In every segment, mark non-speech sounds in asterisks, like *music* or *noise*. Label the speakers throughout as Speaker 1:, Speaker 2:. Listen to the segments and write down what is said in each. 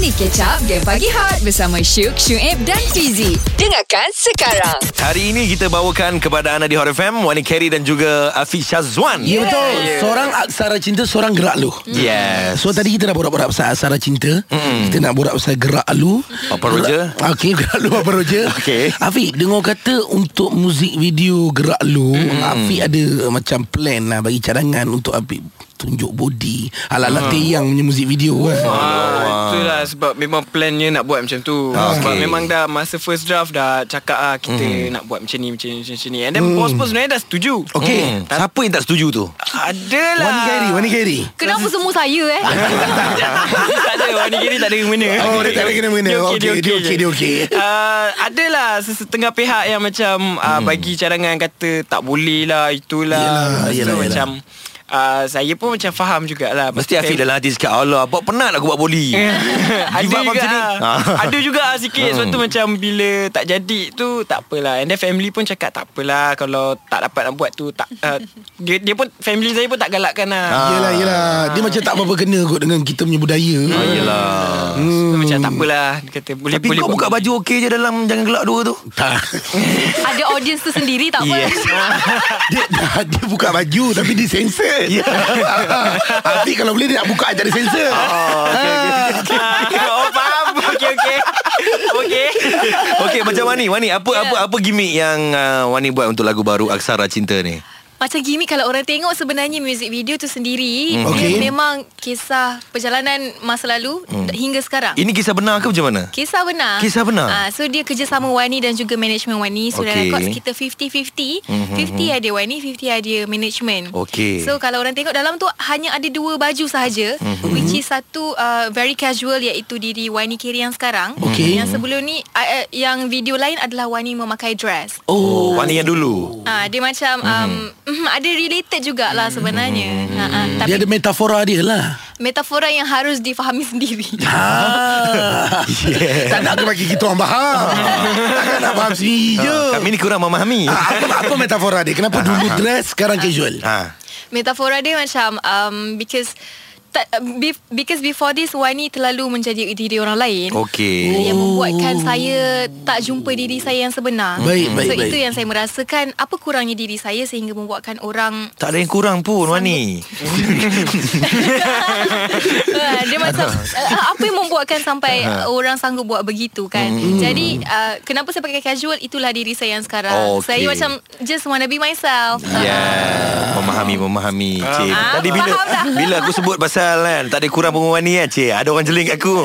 Speaker 1: Mari catch up Game Pagi Hot Bersama Syuk, Syuib dan Fizi Dengarkan sekarang
Speaker 2: Hari ini kita bawakan kepada anda di Hot FM Wani Kerry dan juga Afiq Syazwan
Speaker 3: Ya yeah, betul yeah. Seorang aksara cinta Seorang gerak lu
Speaker 2: Yes
Speaker 3: So tadi kita dah borak-borak Pasal aksara cinta mm. Kita nak borak pasal gerak lu
Speaker 2: Hmm. Apa roja?
Speaker 3: Okay gerak lu apa roja
Speaker 2: *laughs* Okey.
Speaker 3: Afiq dengar kata Untuk muzik video gerak lu
Speaker 2: Hmm.
Speaker 3: mm. Afiq ada uh, macam plan lah Bagi cadangan untuk Afiq Tunjuk body Ala-ala
Speaker 2: Hmm.
Speaker 3: mm. teyang punya muzik video kan
Speaker 4: Ah, itulah sebab memang plannya nak buat macam tu.
Speaker 3: Ah,
Speaker 4: Okay. Sebab
Speaker 2: Okay.
Speaker 4: memang dah masa first draft dah cakap ah kita
Speaker 3: Mhm.
Speaker 4: mm. nak buat macam ni macam ni macam, macam ni. And then mm. bos pun sebenarnya dah setuju.
Speaker 3: Hmm. Okey.
Speaker 2: Hmm. Siapa yang tak setuju tu?
Speaker 4: Adalah.
Speaker 3: Wani Khairi Wani
Speaker 4: *laughs*
Speaker 3: Khairi
Speaker 1: Kenapa semua saya eh
Speaker 4: tak ada Wani Kiri tak ada kena
Speaker 3: Oh, dia tak ada kena-mena. Okey, dia okey, dia okey.
Speaker 4: uh, Adalah sesetengah pihak yang macam uh, Bagi cadangan kata tak boleh lah Itulah
Speaker 3: Hmm. Yelah,
Speaker 4: Lepas
Speaker 3: yelah,
Speaker 4: tu
Speaker 3: yelah.
Speaker 4: macam uh, Saya pun macam faham jugalah
Speaker 2: Mesti
Speaker 4: Lepas tu
Speaker 2: Afiq dalam hati cakap Allah Buat penat lah aku buat boli
Speaker 4: Eh.
Speaker 2: *laughs*
Speaker 4: ada
Speaker 2: Give up
Speaker 4: juga
Speaker 2: macam ni? *laughs*
Speaker 4: lah. *laughs* Ada juga lah sikit
Speaker 2: Hmm.
Speaker 4: Sebab tu macam Bila tak jadi tu Tak apalah And then family pun cakap Tak apalah Kalau tak dapat nak buat tu tak
Speaker 2: *laughs*
Speaker 4: uh, dia, dia pun Family saya pun tak galakkan lah
Speaker 3: Yelah yelah Dia macam tak apa-apa kena kot Dengan kita punya budaya
Speaker 2: Ah, Yelah
Speaker 4: So, macam tak apalah Dia kata boleh
Speaker 2: Tapi
Speaker 4: boleh
Speaker 2: kau
Speaker 4: buat
Speaker 2: buka baju okey je dalam Jangan gelak dua
Speaker 4: *laughs*
Speaker 2: tu
Speaker 3: Tak
Speaker 1: Ada audience tu sendiri tak apa
Speaker 2: Yes
Speaker 3: dia, dia *laughs* buka baju tapi dia sensor. Ya. *laughs* Afiq kalau boleh dia nak buka jadi sensor. Oh, okay, okay.
Speaker 4: Ah, Oh faham *laughs* Okay okay
Speaker 2: *laughs*
Speaker 4: Okay
Speaker 2: *laughs* Okey macam Wani Wani apa apa apa gimmick yang uh, Wani buat untuk lagu baru Aksara Cinta ni?
Speaker 5: *laughs* Macam gimmick kalau orang tengok sebenarnya music video tu sendiri
Speaker 2: Mhm.
Speaker 3: Hmm.
Speaker 5: mm.
Speaker 3: Okey.
Speaker 5: okay. dia memang kisah perjalanan masa lalu mm. hingga sekarang.
Speaker 2: Ini kisah benar ke macam mana?
Speaker 5: Kisah benar.
Speaker 2: Hmm. Kisah benar?
Speaker 5: Ah, so dia kerjasama Wani dan juga management Wani. So okay.
Speaker 2: Okey.
Speaker 5: dalam records kita 50-50.
Speaker 2: Mhm,
Speaker 5: Mm-hmm. 50 ada Wani, 50 ada management.
Speaker 2: Okey.
Speaker 5: So kalau orang tengok dalam tu hanya ada dua baju
Speaker 2: Mhm.
Speaker 5: sahaja mm-hmm. which is satu uh, very casual iaitu diri Wani Kiri yang sekarang.
Speaker 3: Okey.
Speaker 5: Yang sebelum ni uh, uh, yang video lain adalah Wani memakai dress.
Speaker 2: Oh, Wani yang dulu.
Speaker 5: Ah, dia macam
Speaker 3: Mhm.
Speaker 5: um, mm. ada related jugalah sebenarnya. Mm. Ha, ha, tapi
Speaker 3: Dia ada metafora dia lah.
Speaker 5: metafora yang harus difahami *laughs* sendiri.
Speaker 3: Ha. Ah. Yeah. Tak nak aku bagi kita orang faham. Takkan nak faham
Speaker 2: Ah,
Speaker 3: sendiri je.
Speaker 2: Kami ni kurang memahami.
Speaker 3: Ah, apa, apa metafora
Speaker 2: Ah,
Speaker 3: dia? Kenapa dulu dress sekarang casual?
Speaker 2: Ha.
Speaker 5: metafora dia macam um, because tak, be, because before this Wani terlalu menjadi diri orang lain.
Speaker 3: Oh.
Speaker 2: Okey.
Speaker 5: Yang membuatkan saya tak jumpa diri saya yang sebenar.
Speaker 3: Baik, baik,
Speaker 5: so itu
Speaker 3: baik.
Speaker 5: yang saya merasakan apa kurangnya diri saya sehingga membuatkan orang
Speaker 2: Tak ada yang kurang pun Wani.
Speaker 5: Ah, dia macam ah, apa yang membuatkan
Speaker 2: *laughs*
Speaker 5: sampai orang sanggup buat begitu kan.
Speaker 2: Mm-hmm.
Speaker 5: Jadi ah, kenapa saya pakai casual itulah diri saya yang sekarang.
Speaker 2: Oh,
Speaker 5: Saya
Speaker 2: okey.
Speaker 5: macam just wanna be myself.
Speaker 2: Yeah, Ya, memahami memahami cik.
Speaker 5: Ah,
Speaker 2: Tadi bila
Speaker 5: faham tak?
Speaker 2: bila aku sebut pasal kan tak ada kurang pengumuman ni kan cik. Ada orang jeling aku.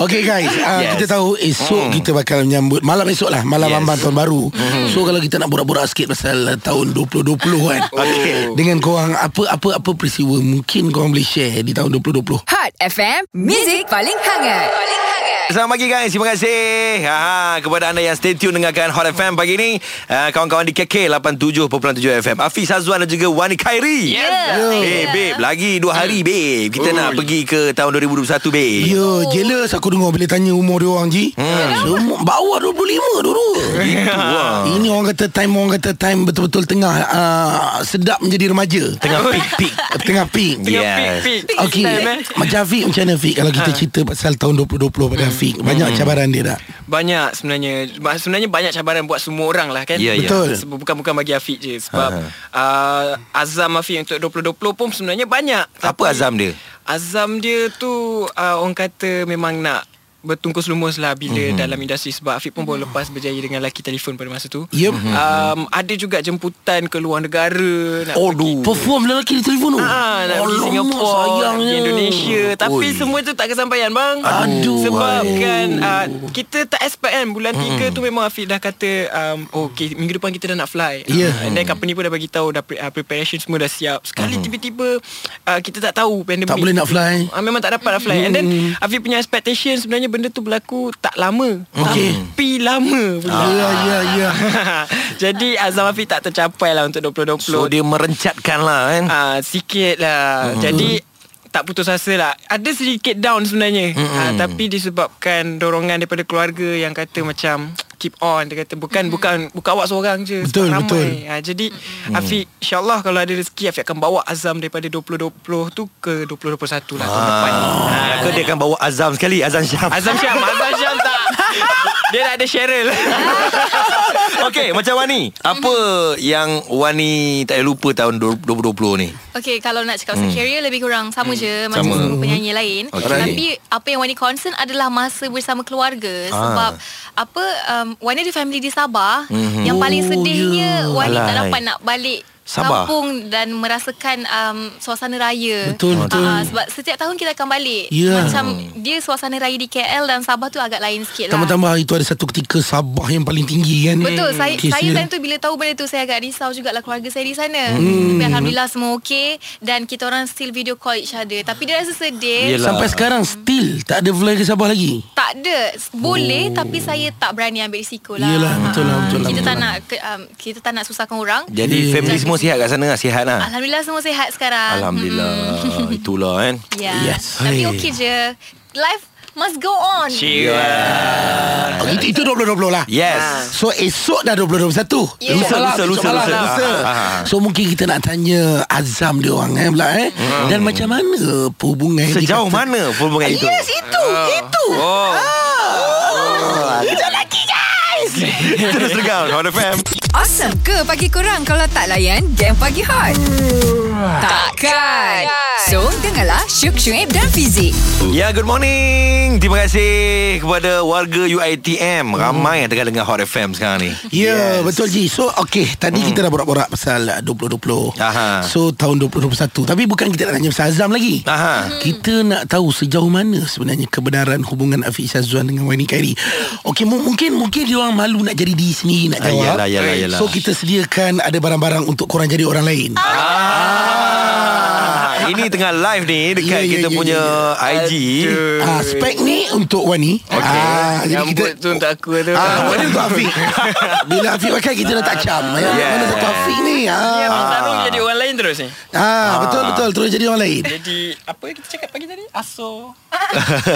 Speaker 3: Okay guys
Speaker 2: Yes.
Speaker 3: uh,
Speaker 2: Hmm.
Speaker 3: Kita tahu Esok kita bakal menyambut Malam esok lah Malam
Speaker 2: Yes. Hmm.
Speaker 3: yes. ambang tahun baru So kalau kita nak borak-borak sikit Pasal uh, tahun 2020 kan
Speaker 2: Okey.
Speaker 3: Dengan korang Apa-apa apa peristiwa Mungkin korang boleh share Di tahun 2020
Speaker 1: Hot FM Music paling hangat Paling hangat
Speaker 2: Selamat pagi guys. Terima kasih. Ha, kepada anda yang stay tune dengarkan Hot FM pagi ni. Uh, kawan-kawan di KK 87.7 FM. Afiz Azwan dan juga Wani Khairi.
Speaker 4: Yes.
Speaker 2: Eh hey, babe, lagi dua hari babe. Kita nak pergi ke tahun 2021 babe.
Speaker 3: Ya,
Speaker 4: Oh.
Speaker 3: yeah, jealous aku dengar bila tanya umur dia orang ji. Hmm. Semua bawah 25 dulu. *laughs* Ini orang kata time orang kata time betul-betul tengah uh, sedap menjadi remaja.
Speaker 2: Tengah pik-pik.
Speaker 3: Tengah peak.
Speaker 2: Yeah.
Speaker 3: Yeah.
Speaker 2: Yes.
Speaker 4: Yes. Peak, peak
Speaker 3: Okey,
Speaker 4: time, eh. Ha.
Speaker 3: macam Afiq macam mana Afiq Kalau kita cerita pasal tahun 2020
Speaker 4: Hmm.
Speaker 3: pada Afiq Banyak cabaran dia tak?
Speaker 4: Banyak sebenarnya Ba- Sebenarnya banyak cabaran Buat semua orang lah kan
Speaker 2: Ya, Ha, ya.
Speaker 3: Betul.
Speaker 4: Sebab- Bukan-bukan bagi Afiq je Sebab uh, Azam Afiq untuk 2020 pun Sebenarnya banyak
Speaker 2: Apa azam dia?
Speaker 4: Azam dia tu uh, Orang kata memang nak Bertungkus lumus lah Bila dalam industri Sebab Afiq pun baru lepas Berjaya dengan laki telefon pada masa tu
Speaker 3: Yep.
Speaker 4: um, Ada juga jemputan ke luar negara nak
Speaker 3: Aduh Perform lelaki di telefon tu
Speaker 4: Ah, Oh, nak pergi
Speaker 3: Alamak,
Speaker 4: Singapura,
Speaker 3: sayangnya.
Speaker 4: pergi Indonesia. Tapi
Speaker 2: Oi.
Speaker 4: semua tu tak kesampaian bang.
Speaker 3: Aduh.
Speaker 4: Sebab
Speaker 3: Aduh.
Speaker 4: kan uh, kita tak expect kan bulan tiga tu memang Afiq dah kata um, oh, okay, minggu depan kita dah nak fly.
Speaker 3: Ya.
Speaker 4: Ah, And then company pun dah bagi tahu dah pre- uh, preparation semua dah siap. Sekali tiba-tiba uh, kita tak tahu pandemik.
Speaker 3: Tak boleh nak fly Mm.
Speaker 4: Ah, memang tak dapat lah fly And then Afiq punya expectation Sebenarnya benda tu berlaku Tak lama
Speaker 3: Okey.
Speaker 4: Tapi lama pula
Speaker 3: Ya, ya, ya
Speaker 4: *laughs* Jadi Azam Afiq tak tercapai lah Untuk 2020
Speaker 2: So dia merencatkan lah kan.
Speaker 4: Ah, sikit lah. Mm-hmm. Jadi tak putus asa lah. Ada sedikit down sebenarnya. Mm-hmm. Ah, tapi disebabkan dorongan daripada keluarga yang kata macam keep on dia kata bukan mm. bukan bukan awak seorang je sebab
Speaker 3: Betul,
Speaker 4: ramai.
Speaker 3: betul.
Speaker 4: Ha, jadi mm. Afiq insyaallah kalau ada rezeki Afiq akan bawa azam daripada 2020 tu ke 2021 lah tahun
Speaker 3: Ah.
Speaker 4: depan. Ha,
Speaker 2: Ke dia akan bawa Azam sekali Azam Syam
Speaker 4: Azam
Speaker 3: *laughs*
Speaker 4: Syam Azam Syam tak Dia nak ada Cheryl
Speaker 2: *laughs* Okay macam Wani Apa yang Wani tak payah lupa tahun 2020 ni
Speaker 5: Okay kalau nak cakap pasal career Lebih kurang sama je Macam
Speaker 2: Hmm. Sama. Hmm.
Speaker 5: semua penyanyi lain
Speaker 2: Okay.
Speaker 5: Tapi apa yang Wani concern Adalah masa bersama
Speaker 2: Ah.
Speaker 5: keluarga Sebab Apa um, Wani ada family di Sabah Yang paling
Speaker 3: Oh,
Speaker 5: sedihnya
Speaker 3: ya.
Speaker 5: Wani tak
Speaker 2: Hmm. Alai.
Speaker 5: dapat nak balik
Speaker 2: Sabah.
Speaker 5: Kampung Dan merasakan um, Suasana raya
Speaker 3: Betul, betul.
Speaker 5: Ah, Sebab setiap tahun kita akan balik
Speaker 3: Ya.
Speaker 5: Macam dia suasana raya di KL Dan Sabah tu agak lain sikit lah
Speaker 3: Tambah-tambah itu ada satu ketika Sabah yang paling tinggi kan
Speaker 5: Betul saya
Speaker 3: Kes
Speaker 5: saya
Speaker 3: dia.
Speaker 5: time tu bila tahu benda tu saya agak risau jugalah keluarga saya di sana. Hmm. Tapi alhamdulillah semua okey dan kita orang still video call each other. Tapi dia rasa sedih.
Speaker 2: Yelah.
Speaker 3: Sampai sekarang still tak ada vlog ke Sabah lagi
Speaker 5: Tak ada Boleh oh. Tapi saya tak berani ambil risiko lah
Speaker 3: Yelah, betul lah,
Speaker 5: Ah,
Speaker 3: betul lah,
Speaker 5: Kita
Speaker 3: betul
Speaker 5: tak
Speaker 3: lah.
Speaker 5: nak ke- um, Kita tak nak susahkan orang
Speaker 2: Jadi
Speaker 3: Yeah.
Speaker 2: family semua sihat kat sana Sihat lah
Speaker 5: Alhamdulillah semua sihat sekarang
Speaker 2: Alhamdulillah
Speaker 3: *laughs*
Speaker 2: Itulah kan
Speaker 5: mm, yeah.
Speaker 3: Yes.
Speaker 5: Tapi
Speaker 3: Hey.
Speaker 5: okey je Life must go on
Speaker 3: oh, itu, itu 2020 lah
Speaker 2: Yes
Speaker 3: So esok dah 2021
Speaker 5: Yeah.
Speaker 2: Lusa, lusa, lusa,
Speaker 3: Esok malam,
Speaker 2: lusa. Ah,
Speaker 3: lusa.
Speaker 2: ah, ah.
Speaker 3: So mungkin kita nak tanya Azam dia orang eh, pula, eh? Dan macam mana Perhubungan yang
Speaker 2: Sejauh
Speaker 3: dikata-
Speaker 2: mana hubungan itu
Speaker 3: Yes itu Itu
Speaker 2: Oh
Speaker 3: Ah, Kejap lagi guys
Speaker 2: *laughs* Terus regang Hot FM
Speaker 1: Awesome ke pagi kurang kalau tak layan game pagi hot? Takkan. So, dengarlah Syuk Syuib dan Fizik.
Speaker 2: Ya, good morning. Terima kasih kepada warga UiTM. Ramai yang tengah dengar Hot FM sekarang
Speaker 3: *laughs*
Speaker 2: ni.
Speaker 3: Ya yeah, betul Ji So okay Tadi kita dah borak-borak Pasal ah, 2020
Speaker 2: Aha.
Speaker 3: So tahun 2021 Tapi bukan kita nak tanya Pasal Azam lagi
Speaker 2: Aha.
Speaker 3: Kita nak tahu sejauh mana sebenarnya kebenaran hubungan Afiq Syazwan dengan Wani Khairi. Okey, mu- mungkin mungkin dia orang malu nak jadi diri sendiri nak
Speaker 2: Ah,
Speaker 3: jawab.
Speaker 2: yalah,
Speaker 4: Eh,
Speaker 2: yalah, yalah.
Speaker 3: So kita sediakan ada barang-barang untuk korang jadi orang lain.
Speaker 2: Ah, ini tengah live ni dekat
Speaker 3: Ya, ya,
Speaker 2: kita
Speaker 3: ya,
Speaker 2: punya IG.
Speaker 3: Ah, spek ni untuk Wani.
Speaker 4: Okay
Speaker 3: Ah, jadi
Speaker 4: *laughs*
Speaker 3: kita
Speaker 4: Rambut tu untuk aku tu
Speaker 3: Ah, Wani untuk
Speaker 4: *laughs*
Speaker 3: Afiq. Bila Afiq pakai kita dah tak cam. Yeah.
Speaker 2: Yeah.
Speaker 3: Mana satu Afiq ni?
Speaker 4: Ya,
Speaker 3: Ah.
Speaker 4: bertarung jadi orang lain terus ni
Speaker 3: Ah, betul betul terus jadi orang lain.
Speaker 4: Jadi Apa kita cakap pagi tadi
Speaker 3: *laughs*
Speaker 4: Aso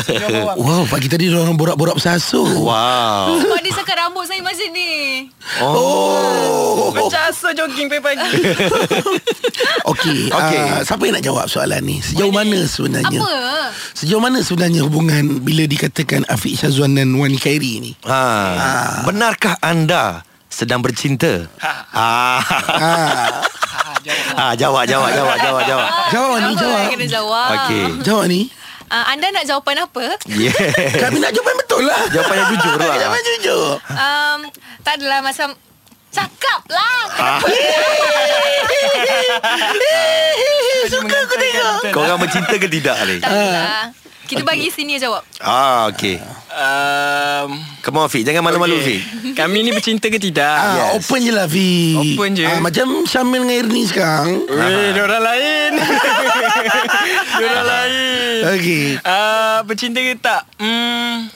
Speaker 4: Tiga bawang.
Speaker 3: Wow, pagi tadi dia orang borak-borak pasal asu.
Speaker 2: Wow.
Speaker 5: Sebab dia cakap rambut saya macam ni
Speaker 3: Oh.
Speaker 4: Macam aso jogging pagi-pagi
Speaker 3: *laughs*
Speaker 2: Okey.
Speaker 3: Okey. Okay. Uh, siapa yang nak jawab soalan ni? Sejauh mana sebenarnya?
Speaker 5: Apa?
Speaker 3: Sejauh mana sebenarnya hubungan bila dikatakan Afiq Syazwan dan Wani Khairi ni?
Speaker 2: Ha. Benarkah anda sedang bercinta? Ah.
Speaker 3: Ah,
Speaker 2: Ah, jawab, jawab, jawab, jawab, jawab.
Speaker 3: jawab ni,
Speaker 5: Kenapa
Speaker 3: jawab.
Speaker 5: Kena jawab
Speaker 2: Okey.
Speaker 3: Jawab ni.
Speaker 5: Ah, Anda nak jawapan apa?
Speaker 2: Yeah.
Speaker 3: Kami nak jawapan betul lah.
Speaker 2: Jawapan yang
Speaker 3: *laughs*
Speaker 2: jujur lah.
Speaker 3: Jawapan jujur.
Speaker 5: um, Tak adalah macam Cakap lah Kenapa
Speaker 3: Eh, Suka aku tengok.
Speaker 2: Kau orang bercinta ke tidak ni?
Speaker 5: Tak adalah Kita bagi senior jawab
Speaker 2: Ah, okey.
Speaker 4: um,
Speaker 2: Come on, Fik. Jangan malu-malu,
Speaker 4: okay.
Speaker 2: Fik.
Speaker 4: Kami ni bercinta ke tidak
Speaker 3: Ah,
Speaker 2: Yes.
Speaker 3: Open je lah Fi
Speaker 4: Open je.
Speaker 3: ah, Macam Syamil dengan Irni sekarang
Speaker 4: Weh, dia orang
Speaker 3: *laughs*
Speaker 4: lain Dia orang lain
Speaker 3: Okey
Speaker 4: Ah, Bercinta ke tak Hmm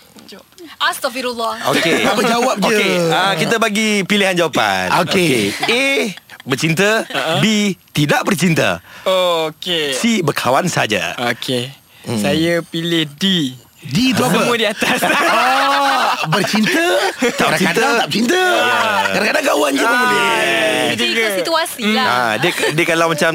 Speaker 5: Astaghfirullah
Speaker 2: Okey.
Speaker 3: Tak apa, jawab je.
Speaker 2: Okey, uh, kita bagi pilihan jawapan.
Speaker 3: Okey.
Speaker 2: Okay. A bercinta, B tidak bercinta,
Speaker 4: Oh, okay
Speaker 2: C berkawan saja.
Speaker 4: Okay Saya pilih D
Speaker 3: D tu Hmm. apa?
Speaker 4: Semua di atas
Speaker 3: Ah, bercinta Kadang-kadang
Speaker 2: bercinta.
Speaker 3: tak bercinta Kadang-kadang kawan je pun boleh
Speaker 5: Kita ikut situasi lah
Speaker 2: Ah, dia dia kalau macam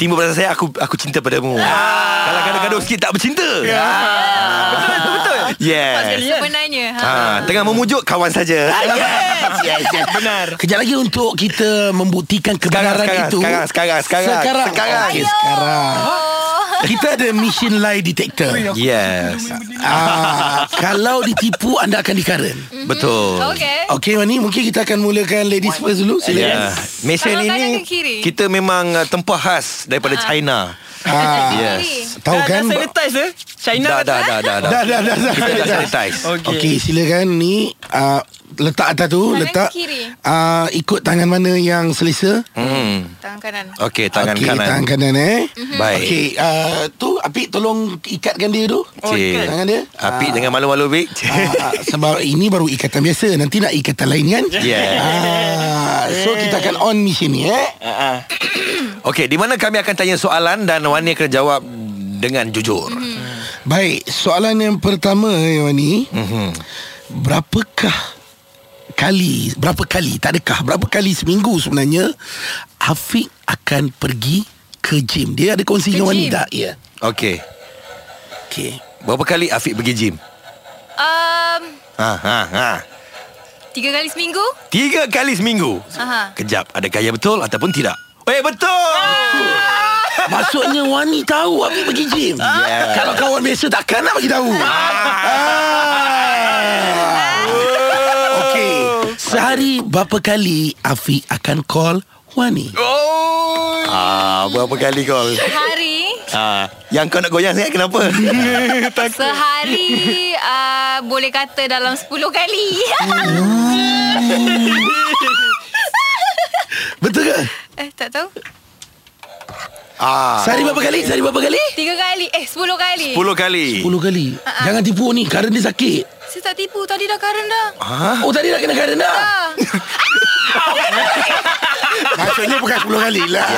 Speaker 2: timbul perasaan saya aku aku cinta padamu. Kalau kadang-kadang sikit tak bercinta. Ah.
Speaker 4: Betul betul
Speaker 2: Yes.
Speaker 5: Sebenarnya ha.
Speaker 2: Ha, tengah memujuk kawan saja.
Speaker 3: yes, yes. *laughs* Benar. Kejap lagi untuk kita membuktikan kebenaran
Speaker 2: sekarang,
Speaker 3: itu.
Speaker 2: sekarang, sekarang, sekarang.
Speaker 3: sekarang.
Speaker 2: Sekarang.
Speaker 3: Okey, sekarang. Kita ada mission lie detector.
Speaker 2: Yes.
Speaker 3: ah, kalau ditipu anda akan dikaren.
Speaker 2: Betul.
Speaker 5: Okay
Speaker 3: Okey Wani, mungkin kita akan mulakan ladies first dulu. kan?
Speaker 2: Ya.
Speaker 3: Silakan.
Speaker 2: Mesin
Speaker 5: Tangan kanan
Speaker 2: ini
Speaker 5: ke kiri?
Speaker 2: kita memang uh, tempah khas daripada China.
Speaker 3: Ah,
Speaker 2: Ya. Yes.
Speaker 3: *laughs* tahu
Speaker 4: Dah-
Speaker 3: kan?
Speaker 4: Dah sanitize eh China
Speaker 2: Dah dah dah dah
Speaker 3: Dah dah dah dah.
Speaker 2: Kita dah
Speaker 3: dah.
Speaker 2: sanitize.
Speaker 4: Okey.
Speaker 3: Okey, silakan ni ah, letak atas tu,
Speaker 5: Tangan
Speaker 3: letak
Speaker 5: kiri.
Speaker 3: ah, ikut tangan mana yang selesa.
Speaker 2: Hmm.
Speaker 5: Tangan kanan
Speaker 2: Okey, tangan
Speaker 3: Okey,
Speaker 2: kanan.
Speaker 3: Tangan kanan eh.
Speaker 4: Mhm.
Speaker 2: Baik.
Speaker 3: Okey, uh, tu Apik tolong ikatkan dia tu.
Speaker 4: Oh,
Speaker 2: Cik.
Speaker 3: Tangan dia.
Speaker 2: Api dengan malu-malu Bik.
Speaker 3: Ah, ah, sebab ini baru ikatan biasa Nanti nak ikatan lain kan
Speaker 2: Yeah.
Speaker 3: ah, So kita akan on mesin ni eh
Speaker 4: Ah, ah.
Speaker 2: Okey, di mana kami akan tanya soalan dan Wani akan jawab dengan jujur.
Speaker 5: Hmm.
Speaker 2: Hmm.
Speaker 3: Baik Soalan yang pertama eh, Wani
Speaker 2: Mhm.
Speaker 3: Berapakah kali Berapa kali Tak adakah Berapa kali seminggu sebenarnya Afiq akan pergi ke gym Dia ada kongsi
Speaker 5: Ke
Speaker 3: dengan
Speaker 5: gym?
Speaker 3: wanita Ya
Speaker 2: Okey.
Speaker 3: Okay
Speaker 2: Berapa kali Afiq pergi gym?
Speaker 5: Um,
Speaker 2: Ha ha ha.
Speaker 5: tiga kali seminggu.
Speaker 2: Tiga kali seminggu.
Speaker 5: Aha.
Speaker 2: Kejap, ada kaya betul ataupun tidak? Eh betul.
Speaker 3: Maksudnya Wani tahu Afiq pergi gym
Speaker 2: Ya.
Speaker 3: Kalau kawan biasa takkan nak bagi tahu
Speaker 5: Ya.
Speaker 3: ah. Okey Sehari berapa kali Afiq akan call Wani
Speaker 2: Oh. Ah, berapa kali kau?
Speaker 5: Hari
Speaker 2: Ah, yang kau nak goyang saya *laughs* kenapa?
Speaker 5: sehari uh, boleh kata dalam 10 kali.
Speaker 3: Betul ke?
Speaker 5: eh tak tahu.
Speaker 2: ah,
Speaker 3: Sehari berapa kali? Sehari berapa kali?
Speaker 5: Tiga kali. Eh 10 kali.
Speaker 2: 10 kali.
Speaker 3: 10 kali
Speaker 5: Ah,
Speaker 3: Jangan tipu ni Kerana dia sakit
Speaker 5: Saya tak tipu tadi dah karen dah.
Speaker 3: Oh tadi nak kena kerana
Speaker 5: Ah.
Speaker 3: Maksudnya bukan 10 kali lah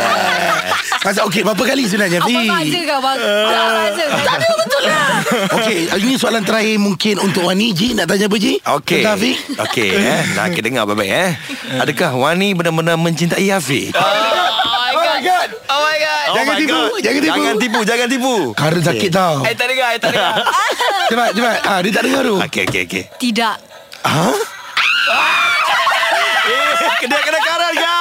Speaker 3: Masa okey berapa kali sebenarnya
Speaker 5: Apa saja kau bang? Apa saja? Tak ada betul lah.
Speaker 3: Okey ini soalan terakhir mungkin Untuk Wani Ji nak tanya apa Ji
Speaker 2: Okey.
Speaker 3: Tentang Afiq
Speaker 2: Okey eh. Nak kita dengar baik-baik eh. Adakah Wani benar-benar mencintai Afiq? Ah.
Speaker 4: Oh my god. Oh my god.
Speaker 2: Oh
Speaker 3: Jangan
Speaker 2: my
Speaker 3: tipu,
Speaker 2: God.
Speaker 3: jangan tipu.
Speaker 2: Jangan tipu, jangan tipu.
Speaker 3: Kerana sakit tau
Speaker 4: I Eh, tak dengar, I tak dengar.
Speaker 3: *laughs* Cepat cepat ah, Dia tak dengar tu
Speaker 2: Okey, okey, okey.
Speaker 5: Tidak.
Speaker 2: Kedai kena karat guys.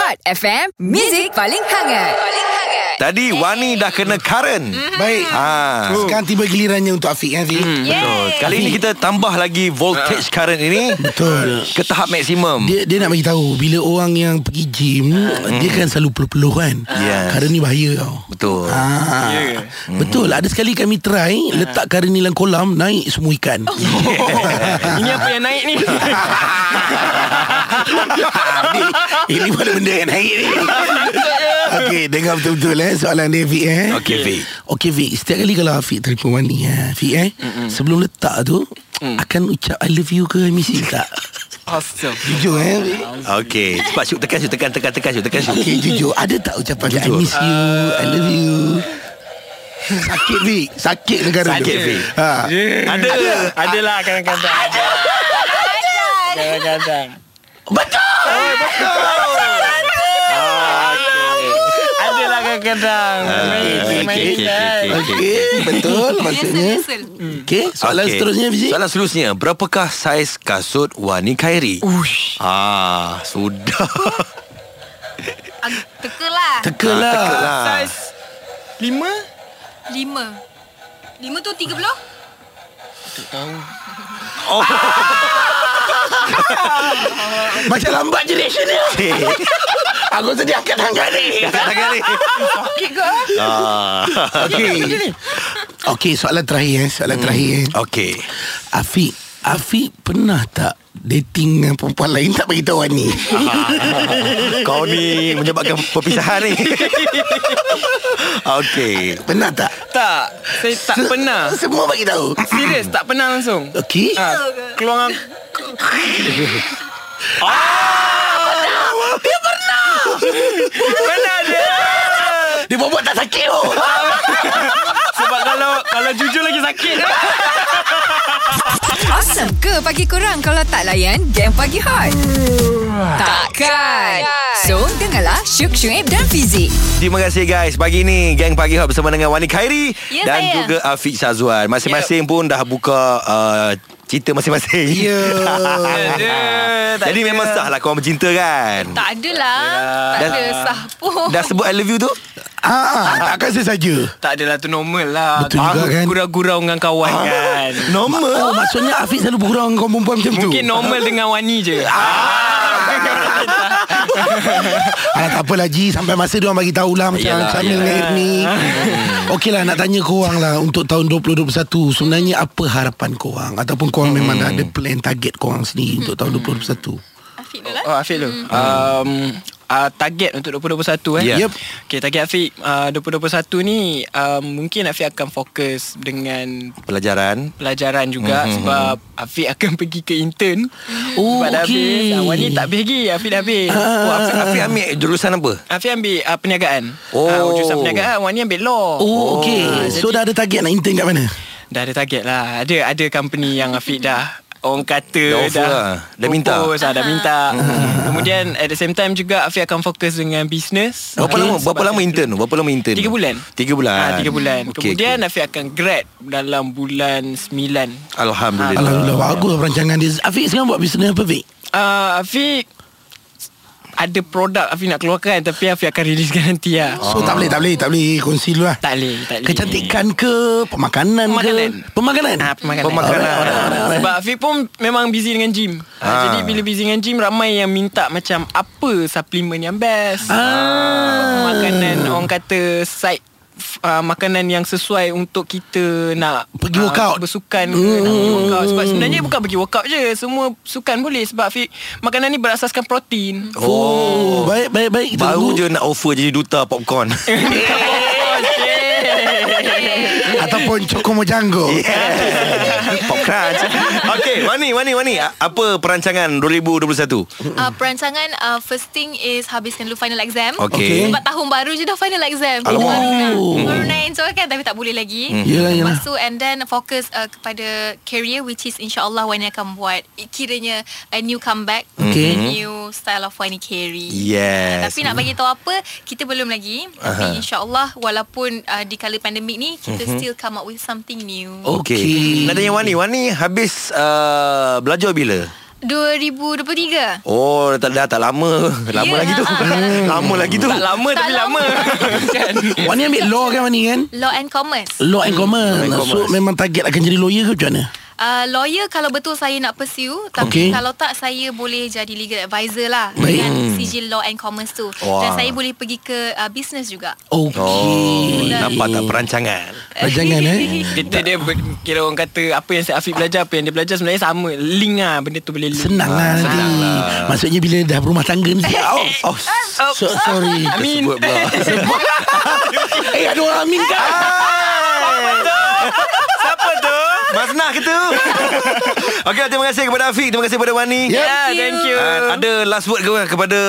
Speaker 1: Hot FM, Music paling hangat. Paling hangat.
Speaker 2: Tadi Wani dah kena current.
Speaker 3: Baik
Speaker 2: Ah. Hmm.
Speaker 3: Sekarang tiba gilirannya untuk Afiq kan Afiq
Speaker 2: Betul. Kali ini kita tambah lagi voltage current ini
Speaker 3: Betul
Speaker 2: ke tahap maksimum.
Speaker 3: dia, dia nak bagi tahu Bila orang yang pergi gym Dia kan selalu peluh-peluh kan
Speaker 2: Hmm. Yes.
Speaker 3: Kerana ni bahaya tau
Speaker 2: Betul.
Speaker 3: Ah,
Speaker 4: Ya
Speaker 3: Betul Ada sekali kami try
Speaker 2: Hmm.
Speaker 3: Letak kerana ni dalam kolam Naik semua ikan
Speaker 4: Ini apa yang naik ni?
Speaker 3: ini, ini mana benda yang naik
Speaker 2: *laughs*
Speaker 3: ni Okey dengar betul-betul eh Soalan dia Fik eh
Speaker 2: Okey, Fik.
Speaker 3: Okey Fik Setiap kali kalau Fik telefon Wani eh, Fik eh Sebelum letak tu
Speaker 2: Mm.
Speaker 3: Akan ucap I love you ke I
Speaker 2: *laughs*
Speaker 3: miss you tak
Speaker 4: Awesome.
Speaker 3: Jujur eh Fik
Speaker 2: Okey. Cepat syuk tekan syuk tekan tekan tekan syuk tekan syuk.
Speaker 3: Okey jujur Ada tak ucapan I miss you I love you Sakit Fik Sakit negara tu
Speaker 2: Sakit, Fik.
Speaker 3: ha.
Speaker 4: Ada. Adalah kadang-kadang. Kadang-kadang. Betul! Oh, betul! Adalah kadang-kadang.
Speaker 2: Ah, okey,
Speaker 4: Main-main
Speaker 2: okey, okey,
Speaker 4: kan.
Speaker 2: okey.
Speaker 3: Okey betul maksudnya
Speaker 5: Biasa-biasa.
Speaker 3: Okey soalan
Speaker 2: Okey.
Speaker 3: seterusnya Fik
Speaker 2: Soalan seterusnya, berapakah saiz kasut Wani Khairi? Ush. Ah, sudah.
Speaker 5: Teka lah.
Speaker 2: Ah,
Speaker 3: Tekalah
Speaker 2: Tekelah.
Speaker 4: Saiz lima?
Speaker 5: Lima. Lima tu tiga puluh?
Speaker 3: Macam lambat generation dia Aku sedih akan hangat
Speaker 2: *laughs*
Speaker 3: ni
Speaker 2: Angkat tangan ni.
Speaker 5: Okey ke?
Speaker 2: Ah.
Speaker 3: Okey Okey soalan terakhir eh Soalan terakhir eh
Speaker 2: Okey.
Speaker 3: Afiq Afiq pernah tak Dating dengan perempuan lain Tak beritahu Ani
Speaker 2: Kau ni menyebabkan perpisahan ni. Okey.
Speaker 3: Pernah tak
Speaker 4: Tak. Saya
Speaker 2: *laughs*
Speaker 4: tak
Speaker 3: Se-
Speaker 4: pernah.
Speaker 3: Semua bagi tahu
Speaker 4: Serius, tak pernah langsung.
Speaker 3: Okey
Speaker 4: Ha, keluar dengan Ah! Dia pernah. Pernah dia.
Speaker 3: Dia buat tak sakit oh.
Speaker 4: Sebab kalau kalau jujur lagi sakit. eh.
Speaker 2: *laughs*
Speaker 1: Awesome ke pagi kurang kalau tak layan game pagi hot? Takkan. So, dengarlah Syuk Syuib dan Fizik.
Speaker 2: Terima kasih guys Pagi ni Gang Pagi Hot bersama dengan Wani Khairi
Speaker 5: Ya,
Speaker 2: Dan
Speaker 5: saya.
Speaker 2: juga Afiq Syazwan Masing-masing pun dah buka uh, Cerita masing-masing
Speaker 3: Ya
Speaker 2: *laughs*
Speaker 4: Ada, tak
Speaker 2: Jadi
Speaker 4: ada. Eh,
Speaker 2: memang sah lah Korang bercinta kan
Speaker 5: Tak adalah. Tak
Speaker 3: lah.
Speaker 2: Dah-
Speaker 5: ada sah pun.
Speaker 2: Dah sebut I love you tu
Speaker 3: Ah, Takkan saya saja
Speaker 4: tak adalah tu normal lah.
Speaker 3: Betul juga
Speaker 4: Aku
Speaker 3: kan? Ah.
Speaker 4: Gurau-gurau dengan kawan kan.
Speaker 3: Normal oh, Maksudnya Afiq selalu bergurau Dengan perempuan macam tu
Speaker 4: Mungkin normal dengan Wani je.
Speaker 3: Ah. Alah, tak apalah Ji Sampai masa dia orang bagi tahulah Macam
Speaker 2: Yalah,
Speaker 3: yalah, Syamil dengan Irni *laughs* Okey lah nak tanya korang lah Untuk tahun 2021 Sebenarnya apa harapan korang Ataupun korang hmm. memang dah ada plan Target korang sendiri Untuk tahun 2021
Speaker 5: Afiq dah lah.
Speaker 4: Oh Afiq dulu um, uh, Target untuk 2021 eh
Speaker 2: Yeah. Yep.
Speaker 4: Okay target Afiq uh, 2021 ni um, Mungkin Afiq akan fokus Dengan
Speaker 2: Pelajaran
Speaker 4: pelajaran
Speaker 2: Mhm,
Speaker 4: juga mm-hmm. sebab Afiq akan *laughs* pergi ke intern.
Speaker 3: Oh,
Speaker 4: sebab dah
Speaker 3: okey.
Speaker 4: habis. Awan ni tak habis lagi. Afiq dah habis.
Speaker 2: Oh, Afiq, Afiq ambil jurusan apa?
Speaker 4: Afiq ambil uh, perniagaan.
Speaker 2: Oh.
Speaker 4: Uh, jurusan perniagaan. Awan ni ambil law.
Speaker 3: Oh, oh okay So dah ada target nak intern kat mana
Speaker 4: Dah ada target lah Ada ada company yang Afiq dah Orang kata
Speaker 2: Dah offer lah. Dah minta.
Speaker 4: propose lah, Dah
Speaker 2: *laughs*
Speaker 4: minta Kemudian at the same time juga Afiq akan fokus dengan bisnes
Speaker 2: Berapa lama berapa
Speaker 4: sebab-
Speaker 2: lama intern tu? Berapa lama intern? tu?
Speaker 4: Tiga bulan
Speaker 2: Tiga bulan.
Speaker 4: ha, Tiga bulan
Speaker 2: Okey,
Speaker 4: okay, Kemudian okay. Afiq akan grad Dalam bulan sembilan
Speaker 2: okey. Alhamdulillah.
Speaker 3: Alhamdulillah bagus lah perancangan dia Afiq sekarang buat bisnes apa Fik?
Speaker 4: uh, Afiq Ada produk Afiq nak keluarkan Tapi Afiq akan releasekan nanti lah
Speaker 3: So tak boleh tak boleh tak boleh kongsi dulu lah
Speaker 4: Tak boleh tak boleh
Speaker 3: Oh. Kecantikan ke Pemakanan,
Speaker 4: Pemakanan.
Speaker 3: ke Pemakanan
Speaker 4: Ah, pemakanan.
Speaker 2: Pemakanan.
Speaker 4: Ah, Sebab Afiq pun memang busy dengan gym. Ah.
Speaker 2: Ah.
Speaker 4: jadi bila busy dengan gym ramai yang minta macam apa suplemen yang best.
Speaker 3: Ah.
Speaker 4: Makanan orang kata side Uh, makanan yang sesuai untuk kita nak
Speaker 3: Pergi
Speaker 4: ah,
Speaker 3: workout. Hmm,
Speaker 4: bersukan ke nak pergi workout sebab sebenarnya bukan pergi workout je semua sukan boleh sebab Afiq makanan ni berasaskan protein
Speaker 3: Oh, baik baik baik Kita
Speaker 2: Baru je
Speaker 3: tunggu.
Speaker 2: nak offer jadi duta
Speaker 4: *laughs*
Speaker 2: popcorn.
Speaker 3: ataupun Cokomo Janggo. *laughs*
Speaker 2: Pop crunch. Okey, Wani, Wani, Wani. A- Apa perancangan 2021?
Speaker 5: Uh, perancangan uh, first thing is habiskan dulu final exam.
Speaker 2: Okey.
Speaker 5: Sebab tahun baru je dah final exam. Kita
Speaker 2: Alamak.
Speaker 5: baru nak,
Speaker 3: Oh.
Speaker 5: baru nak enjoy kan tapi tak boleh lagi.
Speaker 3: Hmm. Yelah, yelah.
Speaker 5: Lepas tu and then fokus uh, kepada career which is insyaAllah Wani akan buat. Eh, Kiranya a new comeback.
Speaker 3: Hmm. Okey.
Speaker 5: A new style of Wani carry.
Speaker 2: Yes.
Speaker 5: Tapi nak bagi tahu apa Kita belum lagi Tapi insyaAllah Walaupun uh, di kala pandemik ni
Speaker 2: Mhm.
Speaker 5: Kita still come up with something new
Speaker 2: Okey.
Speaker 3: Okey.
Speaker 2: Nak tanya Wani, Wani habis uh, belajar bila?
Speaker 5: 2023
Speaker 2: Oh, dah tak, dah tak lama. *laughs* Lama
Speaker 5: Ya,
Speaker 2: lagi tu. Hmm.
Speaker 5: ah, ah.
Speaker 2: lama lagi tu.
Speaker 4: tak lama
Speaker 5: Tak
Speaker 4: tapi lama,
Speaker 2: *laughs*
Speaker 4: Kan?
Speaker 3: Wani ambil law kan Wani kan?
Speaker 5: Law and Commerce
Speaker 3: Hmm. Law and commerce.
Speaker 2: and
Speaker 3: So
Speaker 2: commerce.
Speaker 3: memang target akan jadi lawyer ke macam mana?
Speaker 5: Uh, lawyer kalau betul saya nak pursue Tapi
Speaker 3: Okey.
Speaker 5: kalau tak saya boleh jadi legal advisor lah
Speaker 3: Baik.
Speaker 5: Dengan sijil law and commerce tu
Speaker 2: Hmm. Wah.
Speaker 5: Dan saya boleh pergi ke uh, business juga
Speaker 2: Oh,
Speaker 3: Okey.
Speaker 2: nampak tak perancangan?
Speaker 3: Perancangan eh.
Speaker 4: Kita dia ber, kira orang kata apa yang Syed Afiq belajar apa yang dia belajar sebenarnya sama link lah benda tu boleh link.
Speaker 3: Senang lah nanti. Maksudnya bila dah berumah tangga *laughs* ni. Oh,
Speaker 2: Oh,
Speaker 3: so, sorry.
Speaker 4: Amin.
Speaker 2: sebut pula.
Speaker 3: eh ada orang amin kan?
Speaker 4: Siapa tu?
Speaker 2: *laughs* Masnah ke tu? *laughs* Okey, terima kasih kepada Afiq. Terima kasih kepada Wani.
Speaker 3: Ya.
Speaker 4: Yeah, thank you.
Speaker 2: Uh, ada last word ke kepada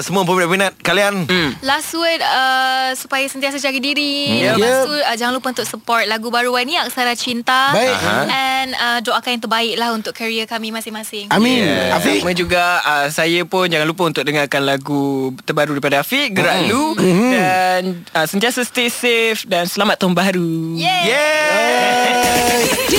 Speaker 2: semua peminat-peminat kalian? Hmm.
Speaker 5: Last word uh, Supaya sentiasa jaga diri
Speaker 2: Hmm.
Speaker 3: Yeah.
Speaker 5: Lepas
Speaker 3: Yeah.
Speaker 5: tu uh, jangan lupa untuk support Lagu baru Wani Aksara Cinta
Speaker 3: Baik.
Speaker 2: Aha.
Speaker 5: And uh, doakan yang terbaik lah Untuk career kami masing-masing
Speaker 3: Amin.
Speaker 2: Yeah.
Speaker 3: Afiq.
Speaker 4: Sama juga uh, saya pun jangan lupa untuk dengarkan lagu terbaru daripada Afiq, Gerak Lu dan uh, sentiasa stay safe dan selamat tahun baru.
Speaker 5: Yeay
Speaker 2: Yeah.